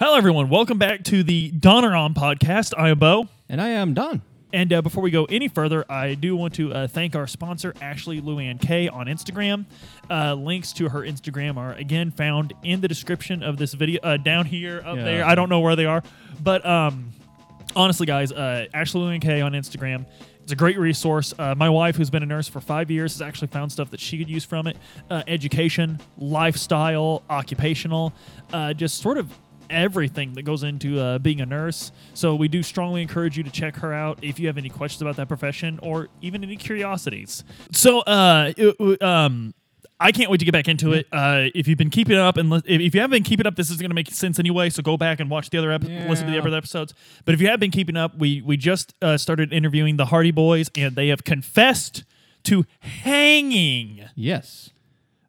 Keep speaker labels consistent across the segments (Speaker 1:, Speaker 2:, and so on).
Speaker 1: Hello, everyone. Welcome back to the Donner On podcast. I am Bo.
Speaker 2: And I am Don.
Speaker 1: And uh, before we go any further, I do want to uh, thank our sponsor, Ashley Luann K, on Instagram. Uh, links to her Instagram are again found in the description of this video, uh, down here, up
Speaker 2: Yeah.
Speaker 1: there. I don't know where they are, but um, honestly, guys, uh, Ashley Luann K on Instagram. It's a great resource. Uh, my wife, who's been a nurse for five years, has actually found stuff that she could use from it: uh, education, lifestyle, occupational, uh, just sort of everything that goes into uh, being a nurse. So we do strongly encourage you to check her out if you have any questions about that profession or even any curiosities. So, uh, it- it- um. I can't wait to get back into it. Uh, if you've been keeping up, and li- if if you haven't been keeping up, this is going to make sense anyway. So go back and watch the other episode, listen to the
Speaker 2: Yeah.
Speaker 1: other episodes. But if you have been keeping up, we we just uh, started interviewing the Hardy Boys, and they have confessed to hanging
Speaker 2: Yes.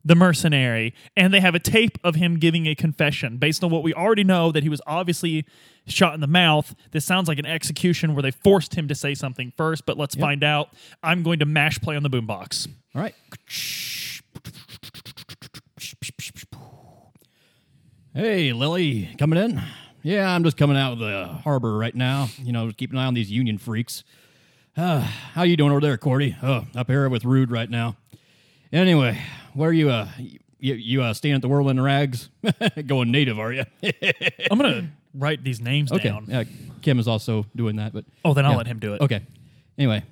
Speaker 1: the mercenary, and they have a tape of him giving a confession based on what we already know that he was obviously shot in the mouth. This sounds like an execution where they forced him to say something first, but let's find out. I'm going to mash play on the boombox.
Speaker 2: All right. Hey, Lily, coming in? Yeah, I'm just coming out of the harbor right now. You know, keep an eye on these union freaks. Uh, how you doing over there, Cordy? Oh, up here with Rude right now. Anyway, where are you? Uh, you you uh, staying at the Whirlwind Rags? Going native, are you?
Speaker 1: I'm gonna write these names
Speaker 2: okay.
Speaker 1: down.
Speaker 2: Yeah, Kim is also doing that, but
Speaker 1: Oh, then I'll
Speaker 2: Yeah.
Speaker 1: let him do it.
Speaker 2: Okay. Anyway,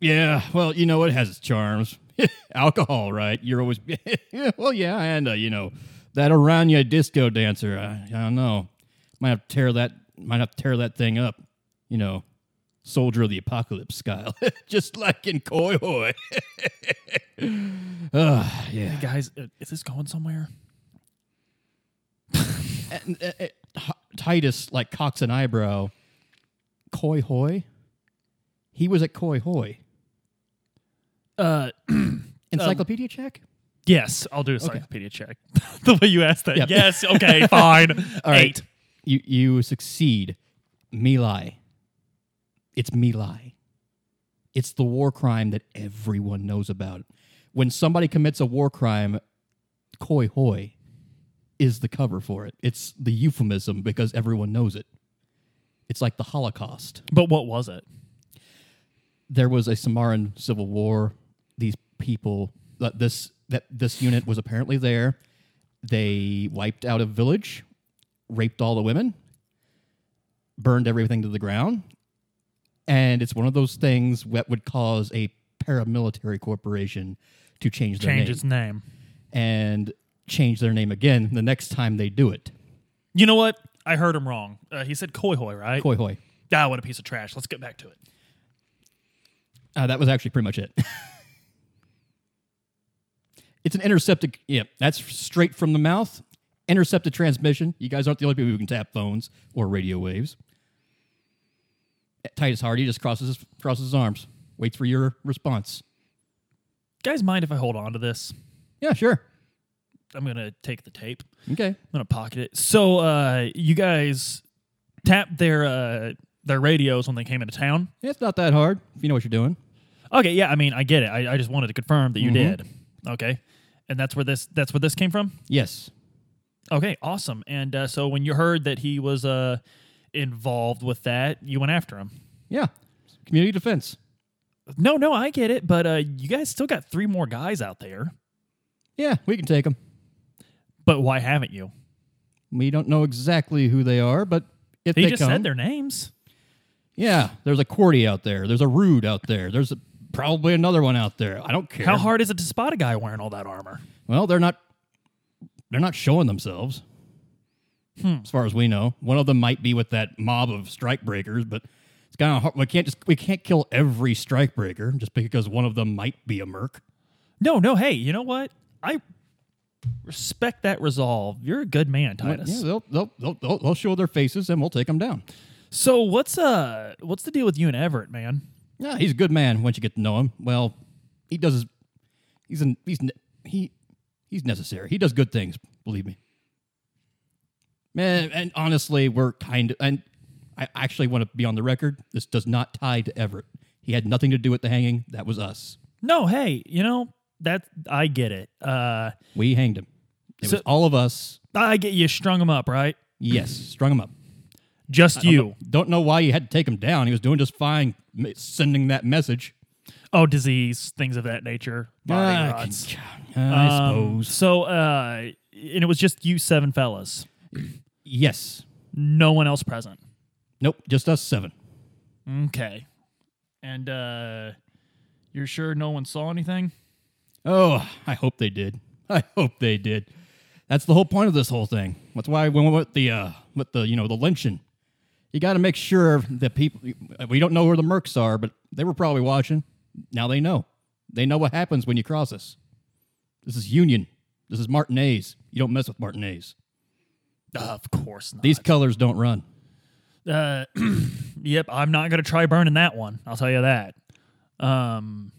Speaker 2: yeah. Well, you know, it has its charms. Alcohol, right? You're always Yeah, well, yeah, and uh, you know that Aranya disco dancer. I, I don't know. Might have to tear that. Might have to tear that thing up. You know, soldier of the apocalypse style, just like in Koi Hoi. Ah, yeah.
Speaker 1: Guys, uh, is this going somewhere?
Speaker 2: And, uh, uh, T- Titus like cocks an eyebrow. Koi Hoi. He was at Koi Hoi.
Speaker 1: Uh,
Speaker 2: Encyclopedia check.
Speaker 1: yes, I'll do a encyclopedia check. the way you asked that. Yes. Okay. Fine.
Speaker 2: All right.
Speaker 1: Eight.
Speaker 2: You you succeed. Milai. It's Milai. It's the war crime that everyone knows about. When somebody commits a war crime, koi hoi is the cover for it. It's the euphemism because everyone knows it. It's like the Holocaust.
Speaker 1: But what was it?
Speaker 2: There was a Samaran civil war. These people that this that this unit was apparently there. They wiped out a village, raped all the women, burned everything to the ground. And it's one of those things that would cause a paramilitary corporation to change their
Speaker 1: Change
Speaker 2: name
Speaker 1: its name.
Speaker 2: and change their name again the next time they do it.
Speaker 1: You know what? I heard him wrong. Uh, he said koi hoi, right?
Speaker 2: Koi hoi.
Speaker 1: Ah, what a piece of trash. Let's get back to it.
Speaker 2: Uh, that was actually pretty much it. it's an intercepted. Yeah, that's straight from the mouth. Intercepted transmission. You guys aren't the only people who can tap phones or radio waves. Titus Hardy just crosses his, crosses his arms, waits for your response.
Speaker 1: Guys, mind if I hold on to this?
Speaker 2: Yeah, sure.
Speaker 1: I'm gonna take the tape.
Speaker 2: Okay.
Speaker 1: I'm gonna pocket it. So, uh, you guys tapped their uh, their radios when they came into town.
Speaker 2: It's not that hard if you know what you're doing.
Speaker 1: Okay, yeah, I mean, I get it. I, I just wanted to confirm that you
Speaker 2: Mm-hmm.
Speaker 1: did. Okay, and that's where this that's where this came from.
Speaker 2: Yes.
Speaker 1: Okay, awesome. And uh, so when you heard that he was uh, involved with that, you went after him.
Speaker 2: Yeah. Community defense.
Speaker 1: No, no, I get it, but uh, you guys still got three more guys out there.
Speaker 2: Yeah, we can take them.
Speaker 1: But why haven't you?
Speaker 2: We don't know exactly who they are, but if
Speaker 1: He
Speaker 2: they
Speaker 1: just
Speaker 2: come,
Speaker 1: said their names.
Speaker 2: Yeah, there's a Cordy out there. There's a Rude out there. There's a, probably another one out there. I don't care.
Speaker 1: How hard is it to spot a guy wearing all that armor?
Speaker 2: Well, they're not. They're not showing themselves, as far as we know. One of them might be with that mob of strikebreakers, but it's kind of hard. We can't just we can't kill every strikebreaker just because one of them might be a merc.
Speaker 1: No, no. Hey, you know what? I respect that resolve. You're a good man,
Speaker 2: But,
Speaker 1: Titus.
Speaker 2: yeah, they'll, they'll, they'll, they'll, they'll show their faces and we'll take them down.
Speaker 1: So what's uh what's the deal with you and Everett, man?
Speaker 2: Yeah, he's a good man once you get to know him. Well, he does his. He's an, he's ne- he he's necessary. He does good things, believe me. Man, and honestly, we're kind of and I actually want to be on the record. This does not tie to Everett. He had nothing to do with the hanging. That was us.
Speaker 1: No, hey, you know that I get it. Uh,
Speaker 2: We hanged him. It
Speaker 1: So-
Speaker 2: was all of us.
Speaker 1: I get you strung him up, right?
Speaker 2: Yes, strung him up.
Speaker 1: Just you.
Speaker 2: Don't know why you had to take him down. He was doing just fine m- sending that message.
Speaker 1: Oh, disease, things of that nature. Body
Speaker 2: Ah,
Speaker 1: rots.
Speaker 2: I
Speaker 1: Um,
Speaker 2: suppose.
Speaker 1: So, uh, and it was just you seven fellas,
Speaker 2: Yes.
Speaker 1: no one else present.
Speaker 2: Nope, just us seven.
Speaker 1: Okay. And uh, you're sure no one saw anything?
Speaker 2: Oh, I hope they did. I hope they did. That's the whole point of this whole thing. That's why we went with the uh, with the you know the lynching. You got to make sure that people. We don't know where the mercs are, but they were probably watching. Now they know. They know what happens when you cross us. This is Union. This is Martinez. You don't mess with Martinez.
Speaker 1: Uh, Of course not.
Speaker 2: These colors don't run.
Speaker 1: Uh, yep, I'm not gonna try burning that one. I'll tell you that. Um,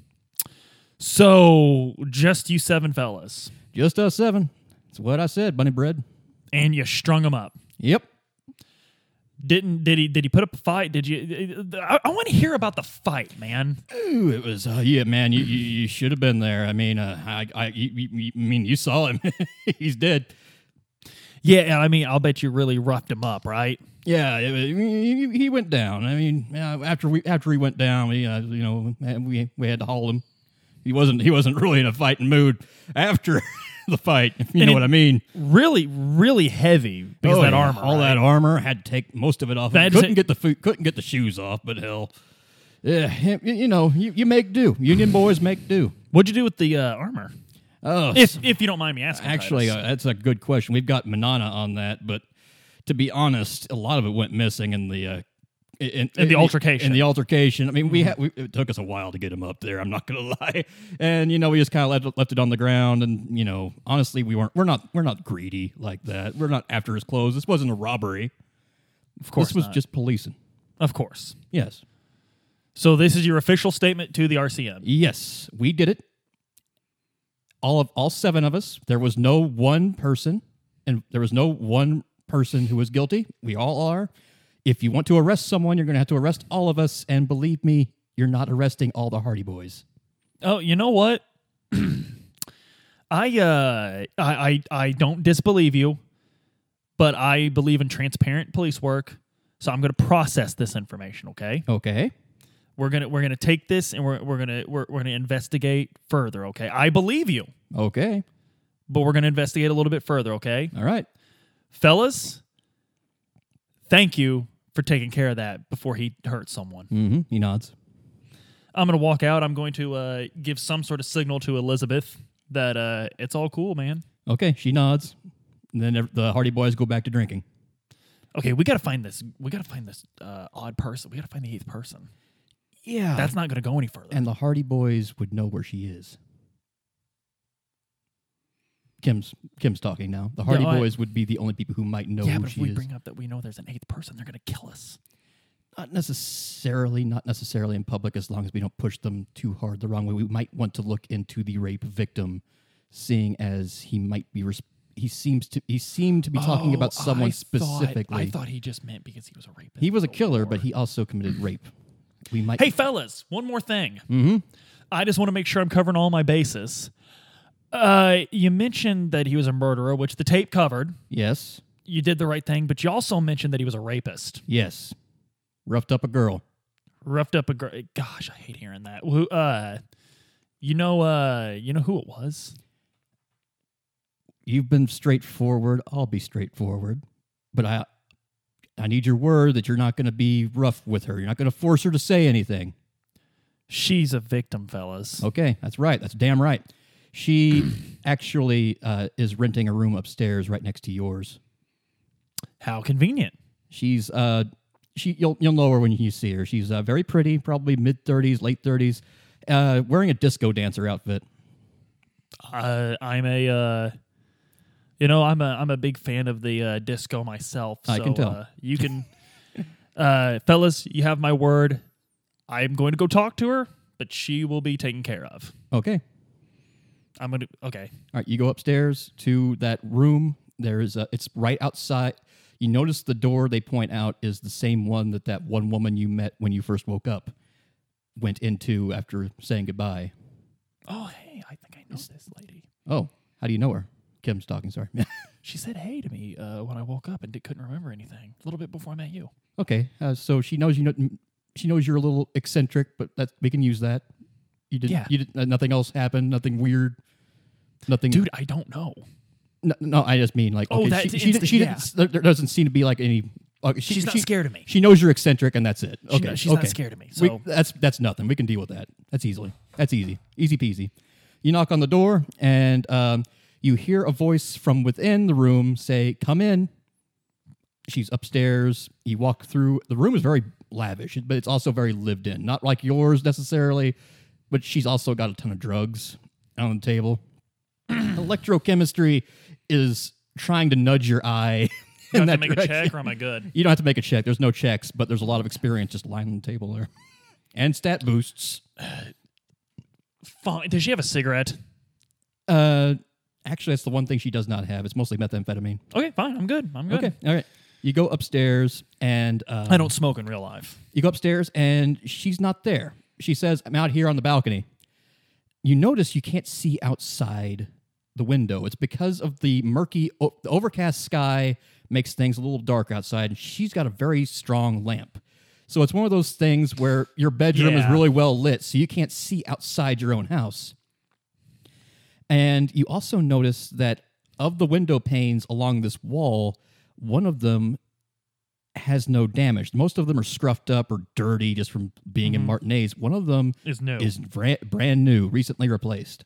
Speaker 1: so just you seven fellas,
Speaker 2: Just us seven. That's what I said, Bunny Bread.
Speaker 1: and you strung them up.
Speaker 2: Yep.
Speaker 1: Didn't did he did he put up a fight? Did you? I, I want to hear about the fight, man.
Speaker 2: Ooh, it was uh, yeah, man. You, you, you should have been there. I mean, uh, I, I you, you, you- I mean, you saw him. He's dead.
Speaker 1: Yeah, and I mean, I'll bet you really roughed him up, right?
Speaker 2: Yeah, it, was- he he went down. I mean, uh, after we after he went down, we uh, you know we we had to haul him. He wasn't he wasn't really in a fighting mood after the fight. If you
Speaker 1: And
Speaker 2: know
Speaker 1: it-
Speaker 2: what I mean.
Speaker 1: Really, really heavy because
Speaker 2: Oh,
Speaker 1: that
Speaker 2: yeah,
Speaker 1: armor,
Speaker 2: all that
Speaker 1: right?
Speaker 2: armor had to take most of it off.
Speaker 1: That's
Speaker 2: couldn't
Speaker 1: it.
Speaker 2: get the food, couldn't get the shoes off. But hell, yeah, you, you know you, you make do. Union boys make do.
Speaker 1: What'd you do with the uh, armor?
Speaker 2: Oh,
Speaker 1: If if you don't mind me asking,
Speaker 2: Actually,
Speaker 1: Titus.
Speaker 2: uh, that's a good question. We've got Manana on that, but to be honest, a lot of it went missing in the uh, in,
Speaker 1: the altercation. Mm-hmm.
Speaker 2: In the altercation, I mean, we, ha- we it took us a while to get him up there. I'm not gonna lie, and you know, we just kind of left, left it on the ground. And you know, honestly, we weren't we're not we're not greedy like that. We're not after his clothes. This wasn't a robbery.
Speaker 1: of course,
Speaker 2: this was
Speaker 1: not.
Speaker 2: just policing.
Speaker 1: of course.
Speaker 2: Yes,
Speaker 1: So this is your official statement to the RCM.
Speaker 2: yes, we did it. All of all seven of us. There was no one person, and there was no one person who was guilty. We all are. If you want to arrest someone, you're going to have to arrest all of us. And believe me, you're not arresting all the Hardy Boys.
Speaker 1: Oh, you know what? I uh I, I I don't disbelieve you, but I believe in transparent police work. So I'm gonna process this information, okay?
Speaker 2: Okay.
Speaker 1: We're gonna we're gonna take this and we're we're gonna we're, we're gonna investigate further, okay? I believe you,
Speaker 2: Okay.
Speaker 1: but we're gonna investigate a little bit further, okay?
Speaker 2: All right.
Speaker 1: Fellas, thank you for taking care of that before he hurt someone.
Speaker 2: Mm-hmm. He nods.
Speaker 1: I'm gonna walk out. I'm going to uh, give some sort of signal to Elizabeth that uh, it's all cool, man.
Speaker 2: Okay. She nods. And then ev- the Hardy Boys go back to drinking.
Speaker 1: Okay, we gotta find this. We gotta find this uh, odd person. We gotta find the eighth person.
Speaker 2: Yeah.
Speaker 1: That's not gonna go any further.
Speaker 2: and the Hardy Boys would know where she is. Kim's Kim's talking now. The Hardy
Speaker 1: I-
Speaker 2: Boys would be the only people who might know
Speaker 1: yeah,
Speaker 2: who
Speaker 1: but if
Speaker 2: oh, she
Speaker 1: we
Speaker 2: is.
Speaker 1: bring up that we know there's an eighth person, they're gonna kill us.
Speaker 2: not necessarily, not necessarily in public, as long as we don't push them too hard the wrong way. We might want to look into the rape victim, seeing as he might be. Res- he seems to he seemed to be talking about
Speaker 1: Oh,
Speaker 2: someone
Speaker 1: I thought-
Speaker 2: specifically.
Speaker 1: I thought he just meant because he was a rapist.
Speaker 2: he was a killer, but he also committed rape. We might.
Speaker 1: Hey, fellas, one more thing. Mm-hmm. I just want to make sure I'm covering all my bases. Uh, you mentioned that he was a murderer, which the tape covered.
Speaker 2: Yes.
Speaker 1: You did the right thing, but you also mentioned that he was a rapist.
Speaker 2: Yes. Roughed up a girl.
Speaker 1: roughed up a girl. Gosh, I hate hearing that. Who, uh, you know, uh, you know who it was?
Speaker 2: you've been straightforward. I'll be straightforward, but I I need your word that you're not going to be rough with her. You're not going to force her to say anything.
Speaker 1: She's a victim, fellas.
Speaker 2: Okay, that's right. That's damn right. She actually uh, is renting a room upstairs right next to yours.
Speaker 1: How convenient.
Speaker 2: She's uh she you'll you'll know her when you see her. She's uh, very pretty, probably mid 30s, late 30s, uh, wearing a disco dancer outfit.
Speaker 1: Uh, I'm a, uh, you know, I'm a, I'm a big fan of the uh, disco myself. So,
Speaker 2: I can tell.
Speaker 1: Uh, you can, uh, fellas, you have my word. I'm going to go talk to her, but she will be taken care of.
Speaker 2: Okay.
Speaker 1: I'm gonna. Okay,
Speaker 2: All right, you go upstairs to that room. There is a, it's right outside. You notice the door they point out is the same one that that one woman you met when you first woke up went into after saying goodbye.
Speaker 1: Oh, hey, I think I know this lady.
Speaker 2: Oh, how do you know her? Kim's talking, sorry.
Speaker 1: She said hey to me uh, when I woke up and di- couldn't remember anything. A little bit before I met you.
Speaker 2: Okay, uh, so she knows you. Know, she knows you're a little eccentric, but that we can use that. You did.
Speaker 1: Yeah.
Speaker 2: You did. Uh, nothing else happened. Nothing weird. Nothing.
Speaker 1: Dude, I don't know.
Speaker 2: No, no, I just mean like.
Speaker 1: Oh,
Speaker 2: okay,
Speaker 1: that's
Speaker 2: she, she,
Speaker 1: instant,
Speaker 2: she
Speaker 1: yeah.
Speaker 2: didn't- there- there doesn't seem to be like any. okay, she-
Speaker 1: She's not
Speaker 2: she-
Speaker 1: scared of me.
Speaker 2: She knows you're eccentric, and that's it. Okay,
Speaker 1: She- she's not
Speaker 2: okay.
Speaker 1: scared of me,
Speaker 2: We-
Speaker 1: so-
Speaker 2: that's that's nothing. We can deal with that. That's easily. That's easy. Easy peasy. You knock on the door, and um, you hear a voice from within the room say, "Come in." She's upstairs. You walk through. The room is very lavish, but it's also very lived in. Not like yours necessarily, but she's also got a ton of drugs on the table. Electrochemistry is trying to nudge your eye.
Speaker 1: Do I
Speaker 2: in
Speaker 1: have to
Speaker 2: that
Speaker 1: make
Speaker 2: direction.
Speaker 1: a check or am I good?
Speaker 2: You don't have to make a check. There's no checks, but there's a lot of experience just lying on the table there. And stat boosts.
Speaker 1: Fine. Does she have a cigarette?
Speaker 2: Uh, actually, that's the one thing she does not have. It's mostly methamphetamine.
Speaker 1: Okay, fine. I'm good. I'm good.
Speaker 2: Okay, all right. You go upstairs, and uh,
Speaker 1: I don't smoke in real life.
Speaker 2: you go upstairs, and she's not there. She says, "I'm out here on the balcony." You notice you can't see outside the window. It's because of the murky, o- the overcast sky makes things a little dark outside, and she's got a very strong lamp. So it's one of those things where your bedroom is
Speaker 1: Yeah.
Speaker 2: really well lit, so you can't see outside your own house. And you also notice that of the window panes along this wall, one of them has no damage. Most of them are scruffed up or dirty just from being in Martinez. One of them
Speaker 1: Is new.
Speaker 2: is bra- brand new, recently replaced.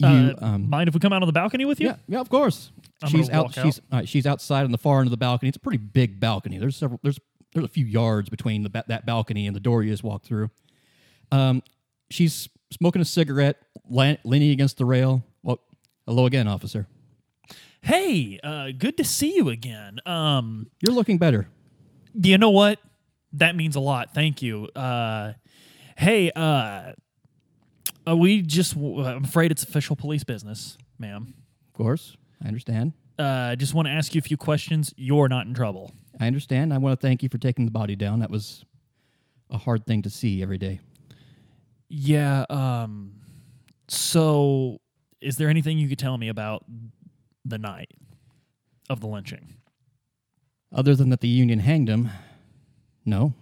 Speaker 2: You,
Speaker 1: Uh,
Speaker 2: um,
Speaker 1: mind if we come out on the balcony with you?
Speaker 2: yeah, yeah, of course.
Speaker 1: I'm
Speaker 2: she's
Speaker 1: gonna
Speaker 2: out.
Speaker 1: walk
Speaker 2: She's uh, she's outside on the far end of the balcony. It's a pretty big balcony. There's several. There's there's a few yards between the ba- that balcony and the door you just walked through. Um, she's smoking a cigarette, lan- leaning against the rail. Well, hello again, officer.
Speaker 1: Hey, uh, good to see you again. Um,
Speaker 2: You're looking better.
Speaker 1: you know what? That means a lot. Thank you. Uh, hey, uh, uh, we just, I'm afraid it's official police business, ma'am.
Speaker 2: Of course, I understand.
Speaker 1: Uh, just want to ask you a few questions. You're not in trouble.
Speaker 2: I understand. I want to thank you for taking the body down. That was a hard thing to see every day.
Speaker 1: Yeah. Um, so, is there anything you could tell me about the night of the lynching?
Speaker 2: Other than that, the union hanged him. No.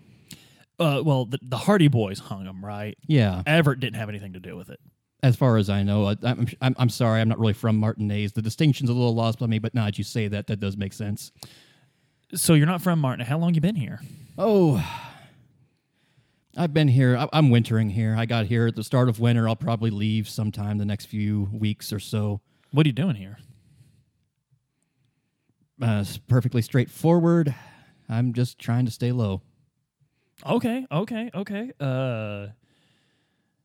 Speaker 1: Uh, well, the, the Hardy Boys hung him, right?
Speaker 2: Yeah.
Speaker 1: Everett didn't have anything to do with it.
Speaker 2: as far as I know, I, I'm, I'm I'm sorry, I'm not really from Martinez. The distinction's a little lost by me, but now that you say that, that does make sense.
Speaker 1: So you're not from Martin. How long you been here?
Speaker 2: Oh, I've been here. I, I'm wintering here. I got here at the start of winter. I'll probably leave sometime the next few weeks or so.
Speaker 1: What are you doing here?
Speaker 2: Uh, it's perfectly straightforward. I'm just trying to stay low.
Speaker 1: Okay, okay, okay. Uh,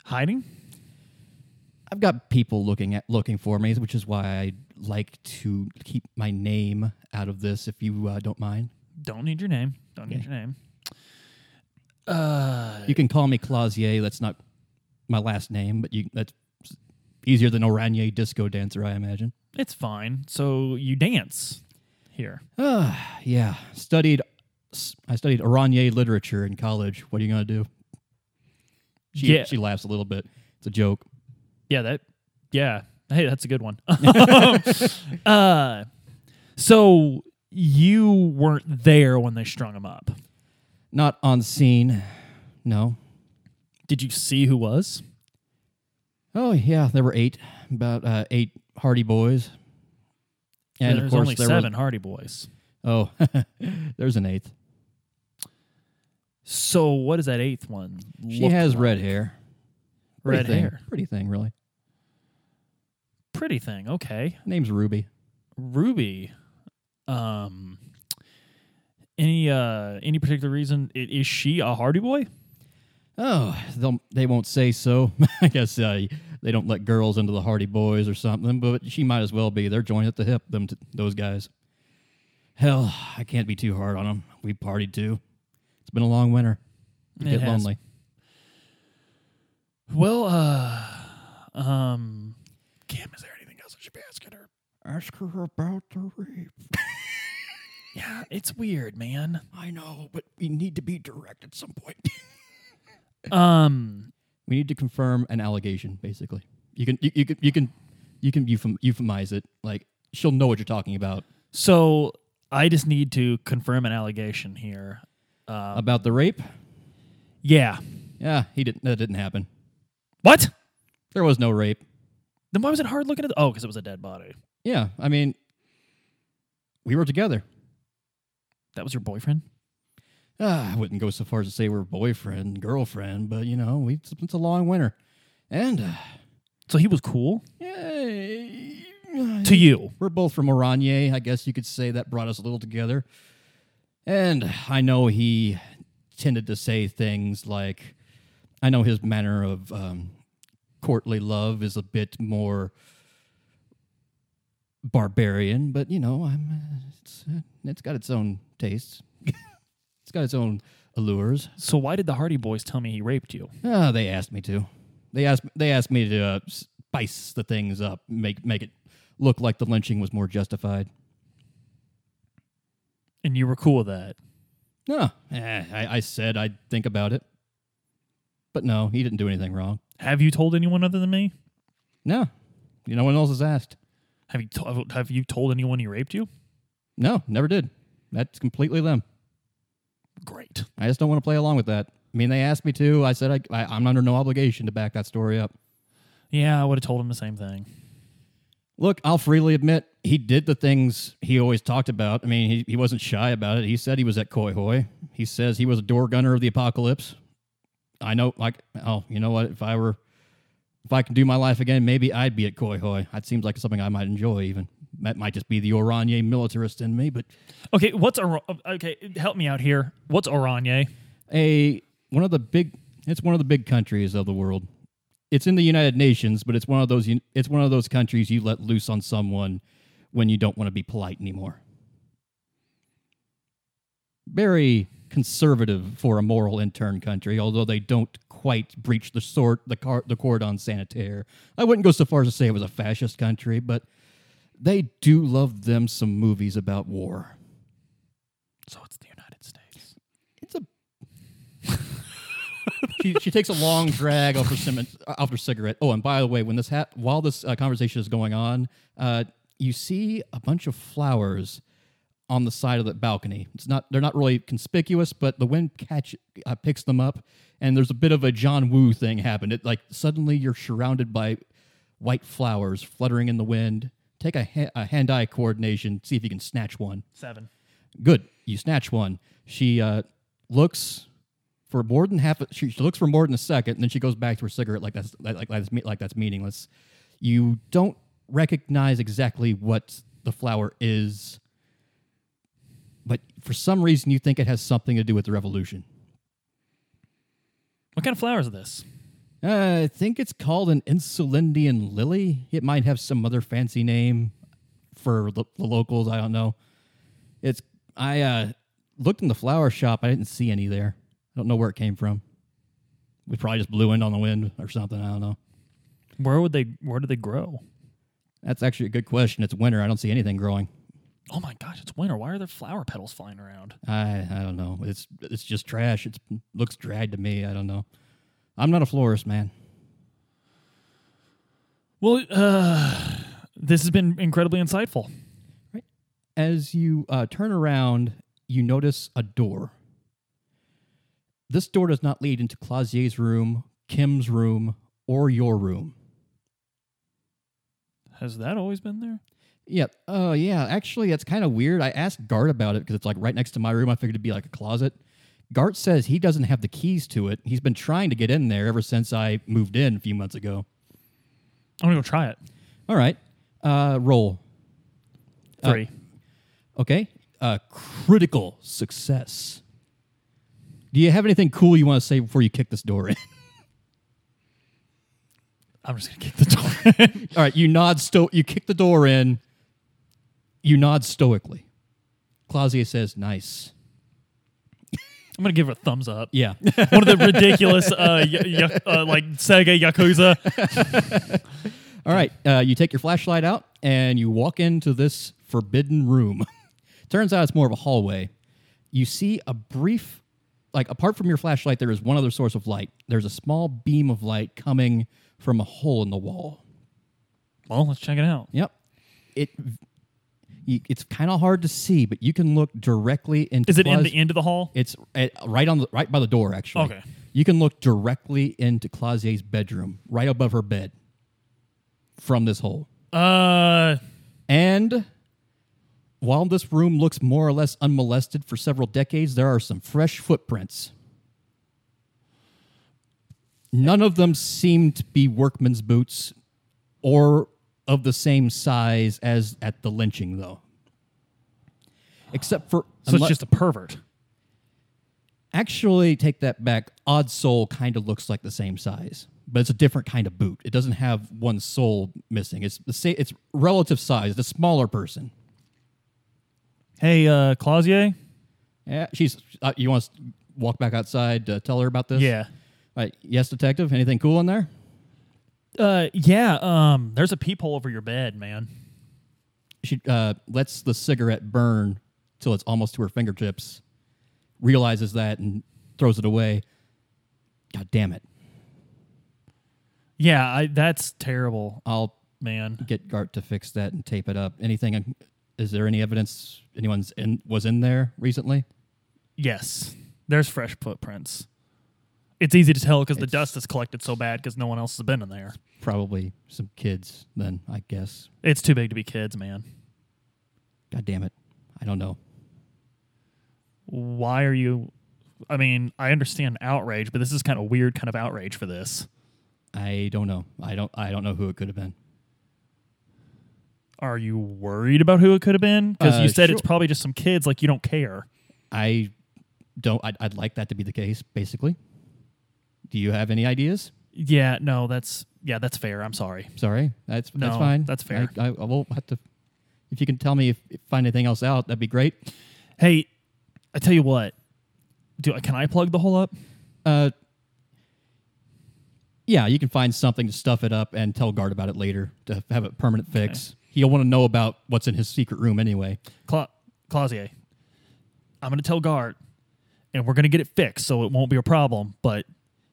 Speaker 1: hiding.
Speaker 2: I've got people looking at looking for me, which is why I like to keep my name out of this, if you uh, don't mind.
Speaker 1: Don't need your name. Don't need your name. Uh,
Speaker 2: You can call me Clausier. That's not my last name, but you that's easier than Oranier disco dancer, I imagine.
Speaker 1: it's fine. So you dance here.
Speaker 2: Ah, yeah. Studied. I studied Oranier literature in college. What are you gonna do? She,
Speaker 1: Yeah.
Speaker 2: she laughs a little bit. It's a joke.
Speaker 1: Yeah, that. Yeah. Hey, that's a good one. uh, so you weren't there when they strung him up.
Speaker 2: Not on scene. No.
Speaker 1: Did you see who was?
Speaker 2: Oh yeah, there were eight, about uh, eight Hardy Boys, and
Speaker 1: There's
Speaker 2: of course
Speaker 1: only
Speaker 2: there
Speaker 1: seven Hardy Boys.
Speaker 2: was. Oh, there's an eighth.
Speaker 1: So what is that eighth one?
Speaker 2: She
Speaker 1: look
Speaker 2: has
Speaker 1: like?
Speaker 2: red hair. Pretty
Speaker 1: red
Speaker 2: thing.
Speaker 1: hair.
Speaker 2: Pretty thing, really.
Speaker 1: Pretty thing. Okay.
Speaker 2: Name's Ruby.
Speaker 1: Ruby, um, any uh any particular reason? I- Is she a Hardy Boy?
Speaker 2: Oh, they'll they won't say so. I guess uh, they don't let girls into the Hardy Boys or something. But she might as well be. They're joined at the hip. Them t- those guys. Hell, I can't be too hard on them. We partied too. It's been a long winter. You
Speaker 1: It
Speaker 2: get
Speaker 1: has.
Speaker 2: lonely.
Speaker 1: Well, uh, um, Kim, is there anything else I should be asking her?
Speaker 2: Ask her about the rape.
Speaker 1: Yeah, it's weird, man.
Speaker 2: I know, but we need to be direct at some point.
Speaker 1: Um,
Speaker 2: we need to confirm an allegation, basically. You can you, you can you can you can euphemi- euphemize it like she'll know what you're talking about
Speaker 1: So I just need to confirm an allegation here. Uh,
Speaker 2: about the rape.
Speaker 1: yeah.
Speaker 2: Yeah, he didn't. That didn't happen.
Speaker 1: What?
Speaker 2: There was no rape.
Speaker 1: Then why was it hard looking at? The, oh, because it was a dead body.
Speaker 2: Yeah, I mean, we were together.
Speaker 1: That was your boyfriend.
Speaker 2: Ah, I wouldn't go so far as to say we're boyfriend, girlfriend, but you know, we it's a long winter, and uh,
Speaker 1: So he was cool
Speaker 2: yeah,
Speaker 1: to you.
Speaker 2: we're both from Oranje. I guess you could say that brought us a little together. And I know he tended to say things like, I know his manner of um, courtly love is a bit more barbarian, but you know, I'm uh, it's uh, it's got its own tastes. it's got its own allures.
Speaker 1: So why did the Hardy Boys tell me he raped you?
Speaker 2: Ah, they asked me to. They asked they asked me to uh, spice the things up, make make it look like the lynching was more justified.
Speaker 1: And you were cool with that.
Speaker 2: No, eh, I, I said I'd think about it, but no, he didn't do anything wrong.
Speaker 1: Have you told anyone other than me?
Speaker 2: No, you know, no one else has asked.
Speaker 1: Have you to- have you told anyone he raped you?
Speaker 2: No, never did. That's completely them.
Speaker 1: Great.
Speaker 2: I just don't want to play along with that. I mean, they asked me to. I said I, I, I'm under no obligation to back that story up.
Speaker 1: Yeah, I would have told him the same thing.
Speaker 2: Look, I'll freely admit he did the things he always talked about. I mean, he, he wasn't shy about it. He said he was at Koi Hoi. He says he was a door gunner of the apocalypse. I know, like, oh, you know what? If I were, if I can do my life again, maybe I'd be at Koi Hoi. That seems like something I might enjoy, even. That might just be the Oranje militarist in me, but
Speaker 1: Okay, what's Ar- okay? Help me out here. What's Oranje?
Speaker 2: a one of the big it's one of the big countries of the world it's in the united nations but it's one of those it's one of those countries you let loose on someone when you don't want to be polite anymore very conservative for a moral intern country although they don't quite breach the sort the car, the cordon sanitaire i wouldn't go so far as to say it was a fascist country but they do love them some movies about war
Speaker 1: So it's the United States.
Speaker 2: it's a. she, she takes a long drag off her, cement, off her cigarette. Oh, and by the way, when this ha- while this uh, conversation is going on, uh, you see a bunch of flowers on the side of the balcony. It's not they're not really conspicuous, but the wind catch uh, picks them up, and there's a bit of a John Woo thing happened. It like suddenly you're surrounded by white flowers fluttering in the wind. Take a, ha- a hand-eye coordination. See if you can snatch one.
Speaker 1: Seven.
Speaker 2: Good. You snatch one. She uh, looks for more than half. A, she, she looks for more than a second, and then she goes back to her cigarette like that's like, like that's me- like that's meaningless. You don't recognize exactly what the flower is, but for some reason you think it has something to do with the revolution.
Speaker 1: What kind of flowers are this?
Speaker 2: Uh, I think it's called an insulindian lily. It might have some other fancy name for the, the locals. I don't know. It's I uh, looked in the flower shop. I didn't see any there. I don't know where it came from. We probably just blew in on the wind or something. I don't know.
Speaker 1: Where would they? Where do they grow?
Speaker 2: That's actually a good question. It's winter. I don't see anything growing.
Speaker 1: Oh my gosh, it's winter. Why are there flower petals flying around?
Speaker 2: I I don't know. It's it's just trash. It looks dried to me. I don't know. I'm not a florist, man.
Speaker 1: Well, uh, this has been incredibly insightful.
Speaker 2: as you uh, turn around, you notice a door. This door does not lead into Clausier's room, Kim's room, or your room.
Speaker 1: Has that always been there?
Speaker 2: Yeah. Oh, yeah. Actually, that's kind of weird. I asked Gart about it because it's like right next to my room. I figured it'd be like a closet. Gart says he doesn't have the keys to it. He's been trying to get in there ever since I moved in a few months ago.
Speaker 1: I'm gonna go try it.
Speaker 2: All right. Uh, roll.
Speaker 1: Three.
Speaker 2: Okay. Uh, critical success. Do you have anything cool you want to say before you kick this door in?
Speaker 1: I'm just gonna kick the door. in.
Speaker 2: All right, you nod sto you kick the door in. You nod stoically. Clausia says, "Nice."
Speaker 1: I'm gonna give her a thumbs up.
Speaker 2: Yeah.
Speaker 1: One of the ridiculous, uh, y- y- uh, like Sega Yakuza.
Speaker 2: All right, uh, you take your flashlight out and you walk into this forbidden room. Turns out it's more of a hallway. You see a brief like apart from your flashlight there is one other source of light. There's a small beam of light coming from a hole in the wall.
Speaker 1: Well, let's check it out.
Speaker 2: Yep. It You, it's kind of hard to see, but you can look directly into.
Speaker 1: Is it in
Speaker 2: Claus-
Speaker 1: the end of the hall?
Speaker 2: It's at, right on the right by the door, actually.
Speaker 1: Okay.
Speaker 2: You can look directly into Clausier's bedroom, right above her bed, from this hole.
Speaker 1: Uh,
Speaker 2: And while this room looks more or less unmolested for several decades, there are some fresh footprints. None of them seem to be workman's boots or of the same size as at the lynching, though. Except for.
Speaker 1: so
Speaker 2: unle-
Speaker 1: it's just a pervert.
Speaker 2: Actually, take that back. Odd sole kind of looks like the same size, but it's a different kind of boot. It doesn't have one sole missing. It's the same. It's relative size. It's a smaller person.
Speaker 1: Hey, uh, Clausier.
Speaker 2: Yeah, she's. Uh, you want to walk back outside to tell her about this?
Speaker 1: Yeah.
Speaker 2: All right. Yes, detective. Anything cool in there?
Speaker 1: Uh, yeah. Um, there's a peephole over your bed, man.
Speaker 2: She uh, lets the cigarette burn till it's almost to her fingertips. Realizes that and throws it away. God damn it!
Speaker 1: Yeah, I, that's terrible,
Speaker 2: I'll
Speaker 1: man.
Speaker 2: get Gart to fix that and tape it up. Anything? Is there any evidence anyone's in was in there recently?
Speaker 1: Yes, there's fresh footprints. It's easy to tell because the dust has collected so bad because no one else has been in there.
Speaker 2: Probably some kids. Then I guess.
Speaker 1: It's too big to be kids, man.
Speaker 2: God damn it! I don't know.
Speaker 1: Why are you? I mean, I understand outrage, but this is kind of weird, kind of outrage for this.
Speaker 2: I don't know. I don't. I don't know who it could have been.
Speaker 1: Are you worried about who it could have been? Because
Speaker 2: Uh,
Speaker 1: you said it's
Speaker 2: sure.
Speaker 1: probably just some kids, like you don't care.
Speaker 2: I don't. I'd, I'd like that to be the case. Basically. Do you have any ideas?
Speaker 1: Yeah, no, that's yeah, that's fair. I'm sorry.
Speaker 2: Sorry, that's that's
Speaker 1: No,
Speaker 2: fine.
Speaker 1: that's fair.
Speaker 2: I, I, I will have to. If you can tell me if, if find anything else out, that'd be great.
Speaker 1: Hey, I tell you what, do I can I plug the hole up?
Speaker 2: Uh, yeah, you can find something to stuff it up and tell Guard about it later to have a permanent fix. He'll want to know about what's in his secret room anyway.
Speaker 1: Cla- Clausier, I'm going to tell Guard, and we're going to get it fixed so it won't be a problem. But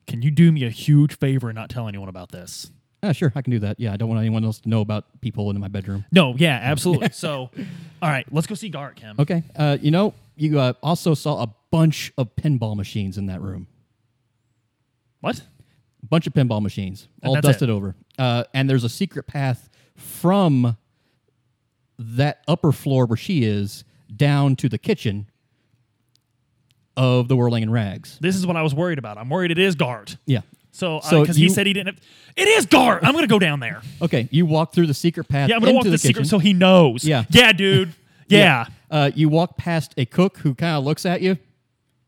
Speaker 1: can you do me a huge favor and not tell anyone about this?
Speaker 2: Ah, sure, I can do that. Yeah, I don't want anyone else to know about people in my bedroom.
Speaker 1: No, yeah, absolutely. so, all right, let's go see Guard, Kim.
Speaker 2: Okay. Uh, you know, you uh, also saw a bunch of pinball machines in that room.
Speaker 1: What?
Speaker 2: A bunch of pinball machines, all
Speaker 1: that's
Speaker 2: dusted
Speaker 1: it.
Speaker 2: over. Uh, and there's a secret path from that upper floor where she is down to the kitchen of the Whirling and Rags.
Speaker 1: This is what I was worried about. I'm worried it is Guard.
Speaker 2: Yeah.
Speaker 1: So,
Speaker 2: So
Speaker 1: because he
Speaker 2: you-
Speaker 1: said he didn't. Have, it is Guard. I'm going to go down there.
Speaker 2: Okay, you walk through the secret path.
Speaker 1: Yeah, I'm going to
Speaker 2: into
Speaker 1: walk the,
Speaker 2: the,
Speaker 1: secret
Speaker 2: kitchen.
Speaker 1: so he knows.
Speaker 2: Yeah.
Speaker 1: Yeah, dude. Yeah.
Speaker 2: Uh, you walk past a cook who kind of looks at you.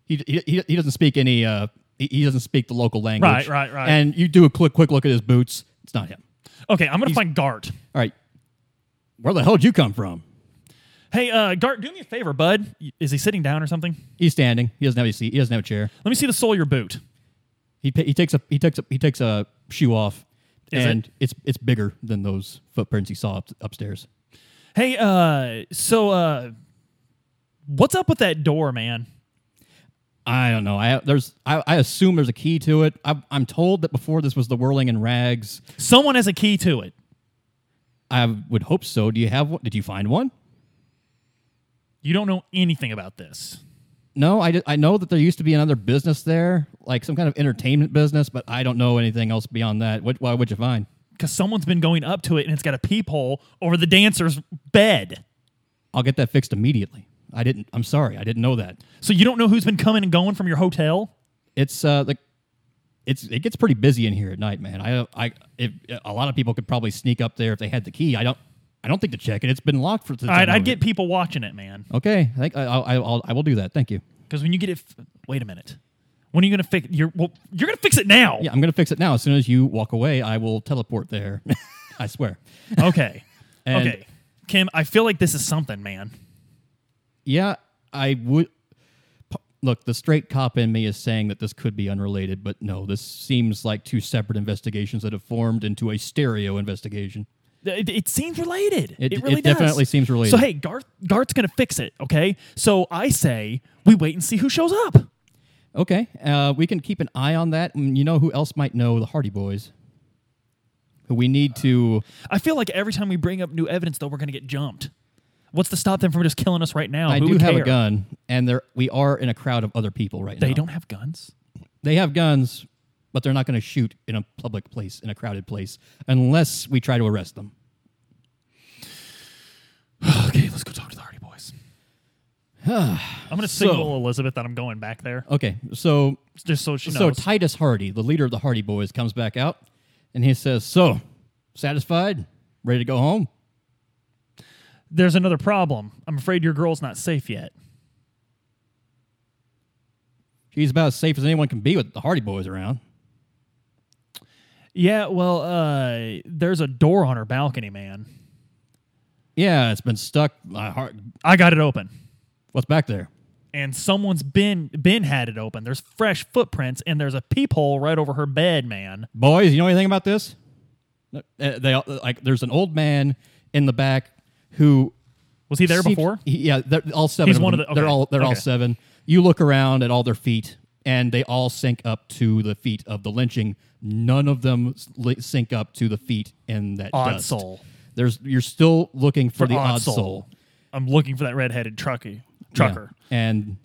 Speaker 2: He, he, he- he doesn't speak any. Uh, he, he doesn't speak the local language.
Speaker 1: Right, right, right.
Speaker 2: And you do a quick quick look at his boots. It's not him.
Speaker 1: Okay, I'm going to find Guard.
Speaker 2: All right. Where the hell did you come from?
Speaker 1: Hey, uh, Gart, do me a favor, bud. Y- Is he sitting down or something?
Speaker 2: He's standing. He doesn't have a seat. He doesn't have a chair.
Speaker 1: Let me see the sole of your boot.
Speaker 2: He, pa- he takes a he takes a he takes a shoe off,
Speaker 1: Is
Speaker 2: and it's it's bigger than those footprints he saw up, upstairs.
Speaker 1: Hey, uh, so uh, what's up with that door, man?
Speaker 2: I don't know. I there's I, I assume there's a key to it. I, I'm told that before this was the whirling and rags.
Speaker 1: Someone has a key to it.
Speaker 2: I would hope so. Do you have one? Did you find one?
Speaker 1: You don't know anything about this.
Speaker 2: No, I, di- I know that there used to be another business there, like some kind of entertainment business, but I don't know anything else beyond that. What, why would you find?
Speaker 1: Because someone's been going up to it and it's got a peephole over the dancer's bed.
Speaker 2: I'll get that fixed immediately. I didn't. I'm sorry. I didn't know that.
Speaker 1: So you don't know who's been coming and going from your hotel?
Speaker 2: It's uh like it's it gets pretty busy in here at night, man. I I if, a lot of people could probably sneak up there if they had the key. I don't. I don't think to check it. It's been locked for.
Speaker 1: All right, I'd get people watching it, man.
Speaker 2: Okay, I think I, I, I'll, I will do that. Thank you.
Speaker 1: Because when you get it, f- wait a minute. When are you gonna fix? You're well, you're gonna fix it now.
Speaker 2: Yeah, I'm gonna fix it now. As soon as you walk away, I will teleport there. I swear.
Speaker 1: Okay.
Speaker 2: And-
Speaker 1: okay. Kim, I feel like this is something, man.
Speaker 2: Yeah, I would. p- Look, the straight cop in me is saying that this could be unrelated, but no, this seems like two separate investigations that have formed into a stereo investigation.
Speaker 1: It, it seems related. It,
Speaker 2: It- it
Speaker 1: really does.
Speaker 2: definitely seems related.
Speaker 1: So hey, Garth, Garth's gonna fix it. Okay. So I say we wait and see who shows up.
Speaker 2: Okay, uh, we can keep an eye on that. And you know who else might know the Hardy Boys? Who we need to.
Speaker 1: Uh, I feel like every time we bring up new evidence, though, we're gonna get jumped. What's to stop them from just killing us right now?
Speaker 2: I
Speaker 1: Who
Speaker 2: do
Speaker 1: would
Speaker 2: have a
Speaker 1: care?
Speaker 2: gun, and there we are in a crowd of other people right
Speaker 1: They
Speaker 2: now.
Speaker 1: don't have guns.
Speaker 2: They have guns, but they're not going to shoot in a public place, in a crowded place, unless we try to arrest them.
Speaker 1: Okay, let's go talk to the Hardy Boys. I'm gonna
Speaker 2: So-
Speaker 1: signal Elizabeth that I'm going back there,
Speaker 2: Okay, so
Speaker 1: just so she knows.
Speaker 2: so Titus Hardy, the leader of the Hardy Boys, comes back out, and he says, "So, satisfied? Ready to go home?"
Speaker 1: There's another problem. I'm afraid your girl's not safe yet.
Speaker 2: She's about as safe as anyone can be with the Hardy Boys around.
Speaker 1: Yeah, well, uh, there's a door on her balcony, man.
Speaker 2: Yeah, it's been stuck. My heart.
Speaker 1: I got it open,
Speaker 2: What's back there?
Speaker 1: and someone's been been had it open. There's fresh footprints, and there's a peephole right over her bed, man.
Speaker 2: boys, you know anything about this? Uh, They all- like there's an old man in the back who
Speaker 1: Was he there
Speaker 2: seems-
Speaker 1: before?
Speaker 2: he- yeah, they're all seven.
Speaker 1: He's
Speaker 2: of them.
Speaker 1: one of the-
Speaker 2: They're
Speaker 1: okay,
Speaker 2: all they're all
Speaker 1: okay.
Speaker 2: seven. You look around at all their feet, and they all sync up to the feet of the lynching. None of them s- li- sync up to the feet in that
Speaker 1: Odd
Speaker 2: dust.
Speaker 1: soul.
Speaker 2: There's you're still looking for, the odd soul.
Speaker 1: I'm looking for that redheaded trucky
Speaker 2: Yeah.
Speaker 1: trucker.
Speaker 2: and.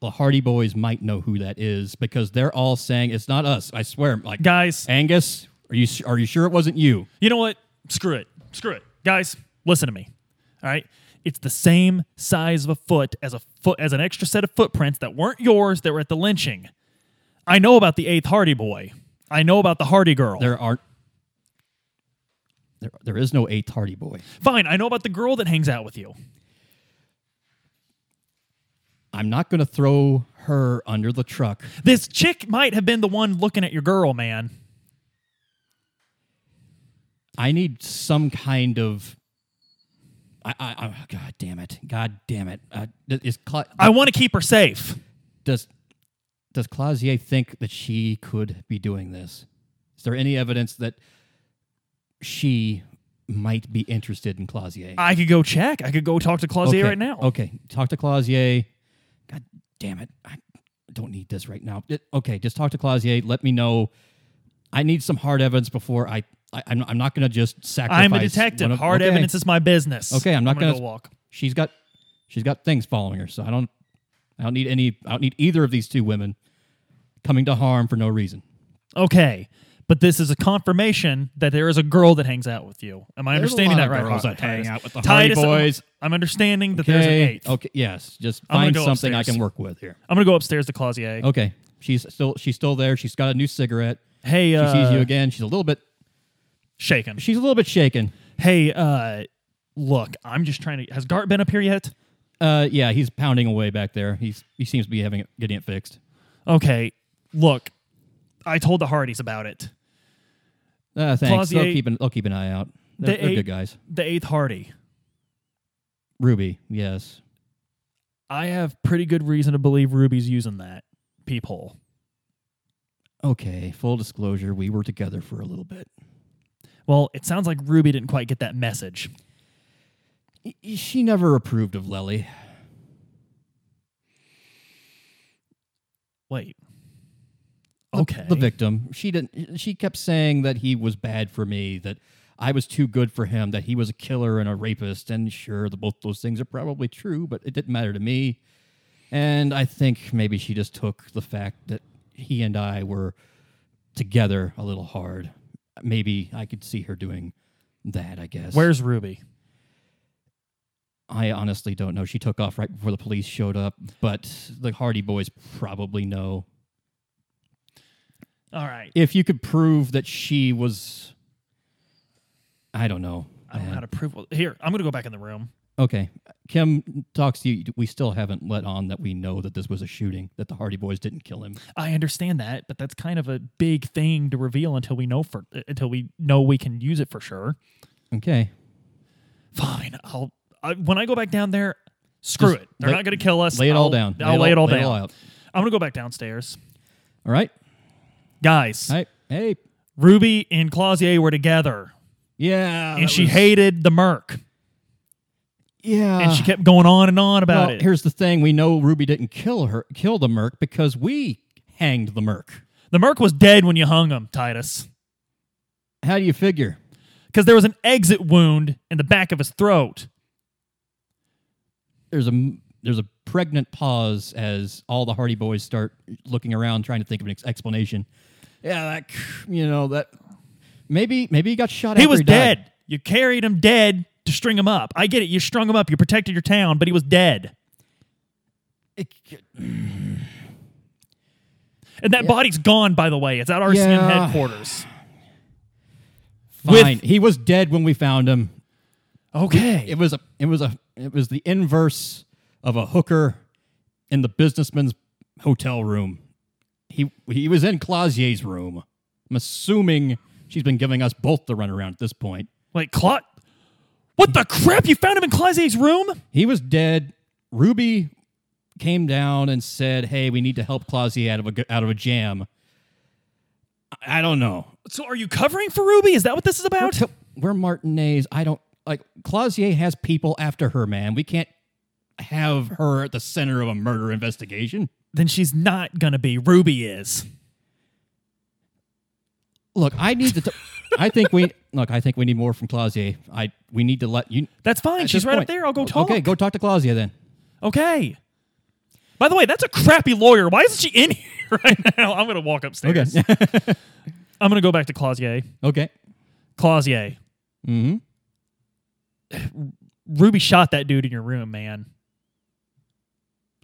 Speaker 2: The Hardy Boys might know who that is because they're all saying it's not us. I swear, like
Speaker 1: Guys,
Speaker 2: Angus, are you are you sure it wasn't you?
Speaker 1: you know what? Screw it. Screw it. Guys, listen to me. All right? It's the same size of a foot as a foot as an extra set of footprints that weren't yours that were at the lynching. I know about the eighth Hardy boy. I know about the Hardy girl.
Speaker 2: There aren't. There, there is no eighth Hardy Boy.
Speaker 1: Fine, I know about the girl that hangs out with you.
Speaker 2: I'm not going to throw her under the truck.
Speaker 1: This chick might have been the one looking at your girl, man.
Speaker 2: I need some kind of. I, I, I God damn it! God damn it! Uh, th- is Cla-
Speaker 1: I want to keep her safe.
Speaker 2: does does Clausier think that she could be doing this? Is there any evidence that she might be interested in Clausier?
Speaker 1: I could go check. I could go talk to Clausier right now.
Speaker 2: Okay, talk to Clausier. God damn it, I don't need this right now. It- okay, just talk to Clausier. Let me know. I need some hard evidence before I. I I'm, I'm not going to just sacrifice.
Speaker 1: I'm a detective.
Speaker 2: one of-
Speaker 1: Hard
Speaker 2: okay.
Speaker 1: evidence is my business.
Speaker 2: Okay, I'm not
Speaker 1: gonna
Speaker 2: gonna-
Speaker 1: go walk.
Speaker 2: She's got, she's got things following her. So I don't, I don't need any. I don't need either of these two women coming to harm for no reason.
Speaker 1: Okay, but this is a confirmation that there is a girl that hangs out with you. Am I
Speaker 2: There's a
Speaker 1: understanding
Speaker 2: lot
Speaker 1: that
Speaker 2: of
Speaker 1: right?
Speaker 2: girls
Speaker 1: Hot-
Speaker 2: that hang
Speaker 1: Titus?
Speaker 2: out with the
Speaker 1: Titus,
Speaker 2: Hardy
Speaker 1: I'm-
Speaker 2: Boys.
Speaker 1: I'm understanding that there's an eighth.
Speaker 2: Okay. Yes. Just
Speaker 1: I'm gonna
Speaker 2: find
Speaker 1: go
Speaker 2: something I
Speaker 1: upstairs.
Speaker 2: can work with here.
Speaker 1: I'm gonna go upstairs to Clausier.
Speaker 2: Okay. She's still. She's still there. She's got a new cigarette.
Speaker 1: Hey,
Speaker 2: She
Speaker 1: uh,
Speaker 2: sees you again. She's a little bit.
Speaker 1: shaken.
Speaker 2: She's a little bit shaken.
Speaker 1: Hey, uh, look, I'm just trying to. Has Gart been up here yet?
Speaker 2: Uh, yeah, he's pounding away back there. He's he seems to be having it, getting it fixed.
Speaker 1: Okay, look, I told the Hardys about it.
Speaker 2: Uh, thanks. They'll
Speaker 1: Clausier-
Speaker 2: keep an they'll keep an eye out. They're,
Speaker 1: The
Speaker 2: they're
Speaker 1: eight-
Speaker 2: good guys.
Speaker 1: The eighth Hardy.
Speaker 2: Ruby, yes.
Speaker 1: I have pretty good reason to believe Ruby's using that peephole.
Speaker 2: Okay. Full disclosure, we were together for a little bit.
Speaker 1: Well, it sounds like Ruby didn't quite get that message.
Speaker 2: Y- y- She never approved of Lelly.
Speaker 1: Wait.
Speaker 2: the-
Speaker 1: Okay.
Speaker 2: the victim. She didn't. She kept saying that he was bad for me. That. I was too good for him, that he was a killer and a rapist. And sure, the, both those things are probably true, but it didn't matter to me. And I think maybe she just took the fact that he and I were together a little hard. Maybe I could see her doing that, I guess.
Speaker 1: Where's Ruby?
Speaker 2: I honestly don't know. She took off right before the police showed up, but the Hardy boys probably know.
Speaker 1: All right.
Speaker 2: If you could prove that she was. I don't know.
Speaker 1: I don't know
Speaker 2: man.
Speaker 1: how to prove. Here, I'm going to go back in the room.
Speaker 2: Okay. Kim talks to you. We still haven't let on that we know that this was a shooting, that the Hardy Boys didn't kill him.
Speaker 1: I understand that, but that's kind of a big thing to reveal until we know for uh, until we know we can use it for sure.
Speaker 2: Okay.
Speaker 1: Fine. I'll I, when I go back down there, screw
Speaker 2: Just
Speaker 1: it. They're
Speaker 2: lay-
Speaker 1: not going to kill us.
Speaker 2: lay it
Speaker 1: I'll,
Speaker 2: all down.
Speaker 1: I'll lay it all, down.
Speaker 2: out.
Speaker 1: I'm going to go back downstairs.
Speaker 2: All right.
Speaker 1: Guys,
Speaker 2: All right. Hey.
Speaker 1: Ruby and Clausier were together
Speaker 2: Yeah.
Speaker 1: and
Speaker 2: Oh, that
Speaker 1: she
Speaker 2: was-
Speaker 1: hated the Merc
Speaker 2: Yeah.
Speaker 1: and she kept going on and on about
Speaker 2: Ah. well,
Speaker 1: it.
Speaker 2: here's the thing. We know Ruby didn't kill her, kill the Merc because we hanged the Merc.
Speaker 1: The Merc was dead when you hung him, Titus.
Speaker 2: How do you figure?
Speaker 1: because there was an exit wound in the back of his throat.
Speaker 2: there's a m- there's a pregnant pause as all the Hardy Boys start looking around trying to think of an ex- explanation. Yeah, that c- you know that maybe maybe he got shot.
Speaker 1: He
Speaker 2: after
Speaker 1: was
Speaker 2: died.
Speaker 1: dead. You carried him dead to string him up. I get it. You strung him up. You protected your town, but he was dead.
Speaker 2: It-
Speaker 1: And that body's gone, by the way. It's at RCM
Speaker 2: Yeah.
Speaker 1: headquarters. With-
Speaker 2: fine, he was dead when we found him.
Speaker 1: Okay.
Speaker 2: It was a it was a it was the inverse of a hooker in the businessman's hotel room. He he was in Clausier's room. I'm assuming she's been giving us both the runaround at this point.
Speaker 1: Like, Cla- what the crap? You found him in Clausier's room?
Speaker 2: He was dead. Ruby came down and said, "Hey, we need to help Clausier out of a g- out of a jam." I- I don't know.
Speaker 1: So are you covering for Ruby? Is that what this is
Speaker 2: We're,
Speaker 1: about?
Speaker 2: t- we're Martinez. I don't like Clausier has people after her, man. We can't have her at the center of a murder investigation.
Speaker 1: Then she's not going to be. Ruby is.
Speaker 2: Look, I need to. T- I think we look. I think we need more from Clausier. I we need to let you.
Speaker 1: That's fine.
Speaker 2: at
Speaker 1: She's
Speaker 2: this
Speaker 1: right up
Speaker 2: point-
Speaker 1: there. I'll go talk.
Speaker 2: Okay, go talk to Clausier then.
Speaker 1: Okay. By the way, that's a crappy lawyer. Why isn't she in here right now? I'm going to walk
Speaker 2: Okay.
Speaker 1: upstairs. I'm going to go back to Clausier.
Speaker 2: okay.
Speaker 1: Clausier.
Speaker 2: Mm-hmm.
Speaker 1: Ruby shot that dude in your room, man.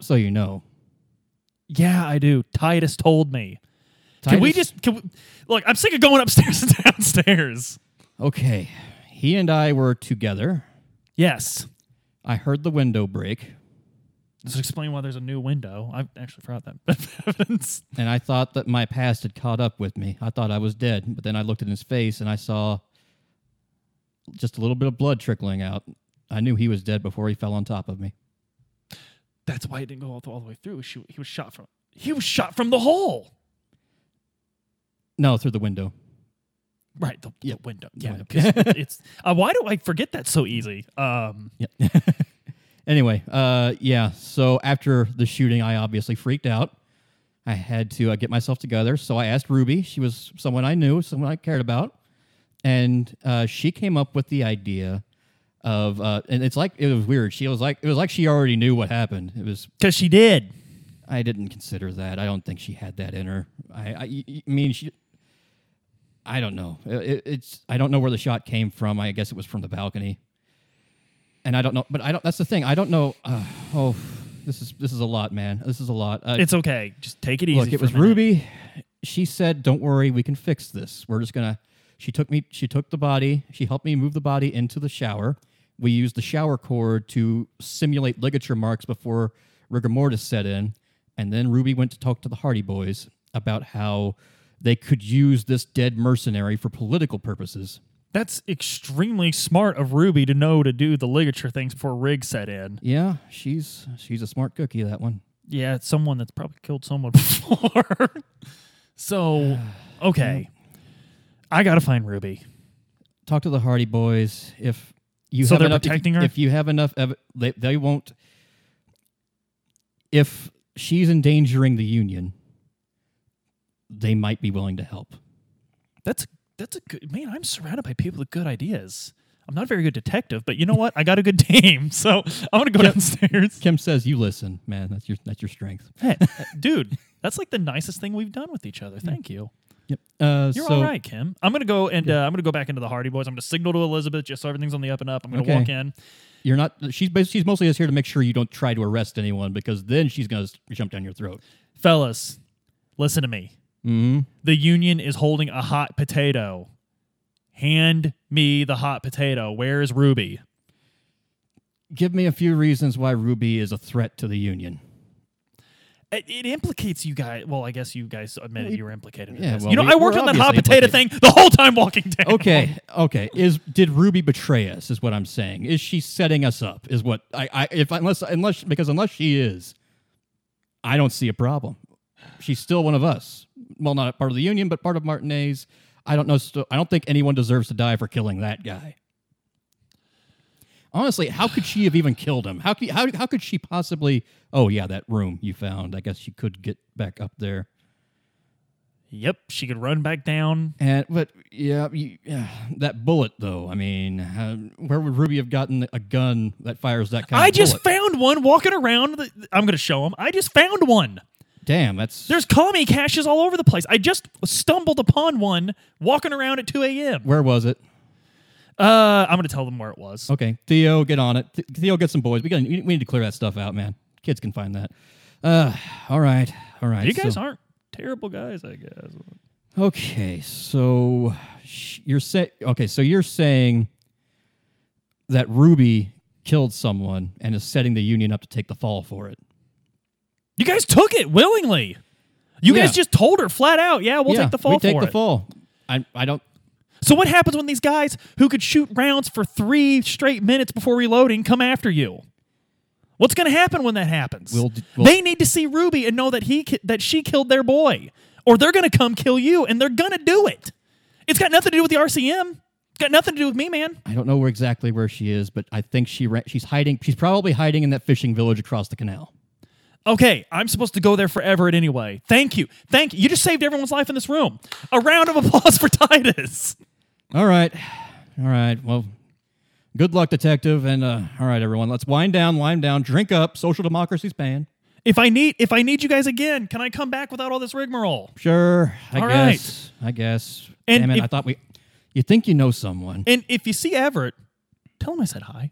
Speaker 2: So you know.
Speaker 1: Yeah, I do. Titus told me. Can we
Speaker 2: Titus-
Speaker 1: just can we, look? I'm sick of going upstairs and downstairs.
Speaker 2: Okay. He and I were together.
Speaker 1: Yes.
Speaker 2: I heard the window break,
Speaker 1: Let's explain why there's a new window. I actually forgot that bit of evidence.
Speaker 2: and I thought that my past had caught up with me. I thought I was dead, but then I looked in his face and I saw just a little bit of blood trickling out. I knew he was dead before he fell on top of me.
Speaker 1: That's why it didn't go all the, all the way through. She, he was shot from. He was shot from the hole.
Speaker 2: No, through the window.
Speaker 1: Right. The, the
Speaker 2: Yep.
Speaker 1: window. Yeah.
Speaker 2: window.
Speaker 1: 'cause it's. Uh, why do I forget that so easy? Um.
Speaker 2: Yeah. anyway, uh, yeah. So after the shooting, I obviously freaked out. I had to uh, get myself together. So I asked Ruby. She was someone I knew, someone I cared about, and uh, she came up with the idea of, uh, and it's like it was weird. She was like, it was like she already knew what happened. It was
Speaker 1: Because she did.
Speaker 2: I didn't consider that. I don't think she had that in her. I, I, I mean, she. I don't know. It- it- it's I don't know where the shot came from. I guess it was from the balcony. And I don't know, but I don't. That's the thing. I don't know. Uh, oh, this is this is a lot, man. This is a lot. Uh,
Speaker 1: It's okay. Just take it easy.
Speaker 2: look, it
Speaker 1: for a
Speaker 2: was
Speaker 1: minute.
Speaker 2: Ruby. She said, "Don't worry, we can fix this. We're just gonna." She took me. She took the body. She helped me move the body into the shower. We used the shower cord to simulate ligature marks before rigor mortis set in, and then Ruby went to talk to the Hardy Boys about how they could use this dead mercenary for political purposes.
Speaker 1: That's extremely smart of Ruby to know to do the ligature things before Rig set in.
Speaker 2: Yeah, she's she's a smart cookie. That one.
Speaker 1: Yeah, it's someone that's probably killed someone before. so, okay. I got to find Ruby.
Speaker 2: talk to the Hardy Boys. If you
Speaker 1: So
Speaker 2: have
Speaker 1: they're
Speaker 2: enough, if you-
Speaker 1: protecting her?
Speaker 2: If you have enough, ev- they, they won't. If she's endangering the union, they might be willing to help.
Speaker 1: That's that's a good man. I'm surrounded by people with good ideas. I'm not a very good detective, but you know what? I got a good team. So, I'm going to go downstairs.
Speaker 2: Kim says, "You listen, man. That's your that's your strength."
Speaker 1: Hey, dude, that's like the nicest thing we've done with each other. Thank you.
Speaker 2: Yep. Uh,
Speaker 1: You're
Speaker 2: so,
Speaker 1: all right, Kim. I'm gonna go and uh, I'm gonna go back into the Hardy Boys. I'm gonna signal to Elizabeth just so everything's on the up and up. I'm gonna
Speaker 2: Okay.
Speaker 1: walk in.
Speaker 2: You're not. She's bas- she's mostly just here to make sure you don't try to arrest anyone because then she's gonna s- jump down your throat.
Speaker 1: Fellas, listen to me.
Speaker 2: Mm-hmm.
Speaker 1: The union is holding a hot potato. Hand me the hot potato. Where is Ruby?
Speaker 2: Give me a few reasons why Ruby is a threat to the union.
Speaker 1: It, it implicates you guys. Well, I guess you guys admitted you were implicated. in
Speaker 2: yeah,
Speaker 1: this.
Speaker 2: well,
Speaker 1: you know,
Speaker 2: we-
Speaker 1: I worked
Speaker 2: we're
Speaker 1: on that hot
Speaker 2: obviously
Speaker 1: potato thing the whole time walking down.
Speaker 2: okay okay is did ruby betray us is what i'm saying is she setting us up is what i, I if unless unless because unless she is i don't see a problem she's still one of us well not part of the union but part of martinez i don't know st- i don't think anyone deserves to die for killing that guy honestly how could she have even killed him how, could- how, how could she possibly oh yeah that room you found i guess she could get back up there
Speaker 1: Yep, she could run back down.
Speaker 2: And but yeah, you, yeah, that bullet though. I mean, how, where would Ruby have gotten a gun that fires that kind?
Speaker 1: I
Speaker 2: of
Speaker 1: just
Speaker 2: bullet?
Speaker 1: found one walking around. The, I'm going to show him. I just found one.
Speaker 2: damn. That's
Speaker 1: There's commie caches all over the place. I just stumbled upon one walking around at 2 a.m.
Speaker 2: where was it?
Speaker 1: Uh, I'm going to tell them where it was.
Speaker 2: Okay, Theo, get on it. Th- Theo, get some boys. We got. We need to clear that stuff out, man. Kids can find that. Uh, all right, all right.
Speaker 1: You guys
Speaker 2: so-
Speaker 1: aren't terrible guys, I guess.
Speaker 2: Okay, so sh- you're say okay, so you're saying that Ruby killed someone and is setting the union up to take the fall for it.
Speaker 1: You guys took it willingly. You
Speaker 2: Yeah.
Speaker 1: guys just told her flat out, "Yeah, we'll
Speaker 2: yeah,
Speaker 1: take the fall
Speaker 2: We take
Speaker 1: for
Speaker 2: the
Speaker 1: it."
Speaker 2: fall. I I don't.
Speaker 1: So what happens when these guys who could shoot rounds for three straight minutes before reloading come after you? What's going to happen when that happens?
Speaker 2: We'll d- we'll-
Speaker 1: they need to see Ruby and know that he ki- that she killed their boy, or they're going to come kill you, and they're going to do it. It's got nothing to do with the RCM. It's got nothing to do with me, man.
Speaker 2: I don't know where exactly where she is, but I think she ran, she's hiding. She's probably hiding in that fishing village across the canal.
Speaker 1: Okay, I'm supposed to go there forever at anyway. Thank you. Thank you. You just saved everyone's life in this room. A round of applause for Titus.
Speaker 2: All right, all right. Well, good luck, detective. And uh, all right, everyone, let's wind down, wind down, drink up. Social democracy's paying.
Speaker 1: If I need if I need you guys again, can I come back without all this rigmarole?
Speaker 2: Sure. I
Speaker 1: All right.
Speaker 2: guess. I guess.
Speaker 1: And
Speaker 2: Damn it,
Speaker 1: if-
Speaker 2: I thought we. You think you know someone?
Speaker 1: And if you see Everett, tell him I said hi.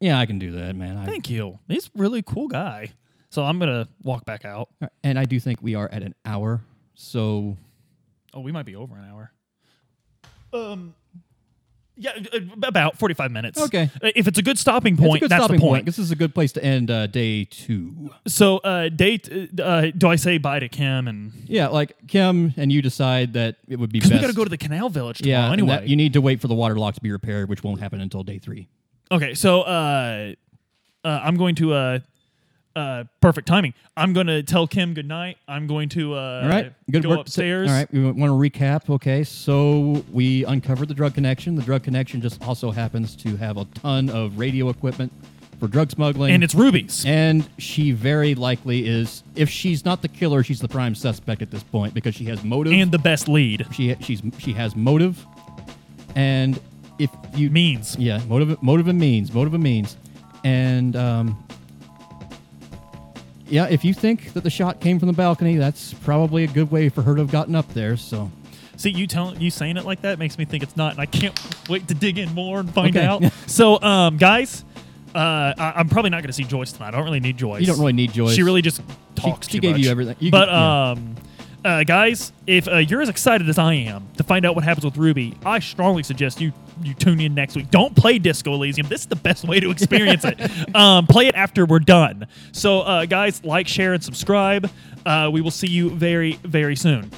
Speaker 2: yeah, I can do that, man. I,
Speaker 1: Thank you. He's a really cool guy. So I'm gonna walk back out.
Speaker 2: and I do think we are at an hour. So
Speaker 1: Oh, we might be over an hour. Um, yeah, uh, about 45 minutes.
Speaker 2: Okay.
Speaker 1: Uh, If it's a good stopping
Speaker 2: it's a
Speaker 1: point,
Speaker 2: good
Speaker 1: that's
Speaker 2: stopping
Speaker 1: the point.
Speaker 2: This is a good place to end uh, day two.
Speaker 1: So, uh, date. Uh, uh, do I say bye to Kim? And
Speaker 2: Yeah, like Kim and you decide that it would be best.
Speaker 1: because we gotta go to the Canal Village tomorrow
Speaker 2: yeah, and
Speaker 1: anyway.
Speaker 2: that you need to wait for the water lock to be repaired, which won't happen until day three.
Speaker 1: Okay, so uh, uh, I'm going to uh, uh, perfect timing. I'm going to tell Kim good night. I'm going to uh,
Speaker 2: All right, good
Speaker 1: go
Speaker 2: work.
Speaker 1: upstairs.
Speaker 2: All right, we want to recap. Okay, so we uncovered the drug connection. The drug connection just also happens to have a ton of radio equipment for drug smuggling,
Speaker 1: and it's rubies.
Speaker 2: And she very likely is, if she's not the killer, she's the prime suspect at this point because she has motive.
Speaker 1: and the best lead
Speaker 2: she she's she has motive, and if you
Speaker 1: means
Speaker 2: yeah motive motive and means motive and means, and um, yeah, if you think that the shot came from the balcony, that's probably a good way for her to have gotten up there. So
Speaker 1: see you tell you saying it like that makes me think it's not and i can't wait to dig in more and find
Speaker 2: Okay.
Speaker 1: out so um guys uh I, i'm probably not gonna see joyce tonight i don't really need joyce
Speaker 2: you don't really need Joyce.
Speaker 1: She really just talks.
Speaker 2: she
Speaker 1: too
Speaker 2: gave you
Speaker 1: much.
Speaker 2: everything. You
Speaker 1: but
Speaker 2: can- yeah.
Speaker 1: um, uh, guys, if uh, you're as excited as I am to find out what happens with Ruby, I strongly suggest you you tune in next week. Don't play Disco Elysium. This is the best way to experience it. Um, play it after we're done. So, uh, guys, like, share, and subscribe. Uh, we will see you very, very soon.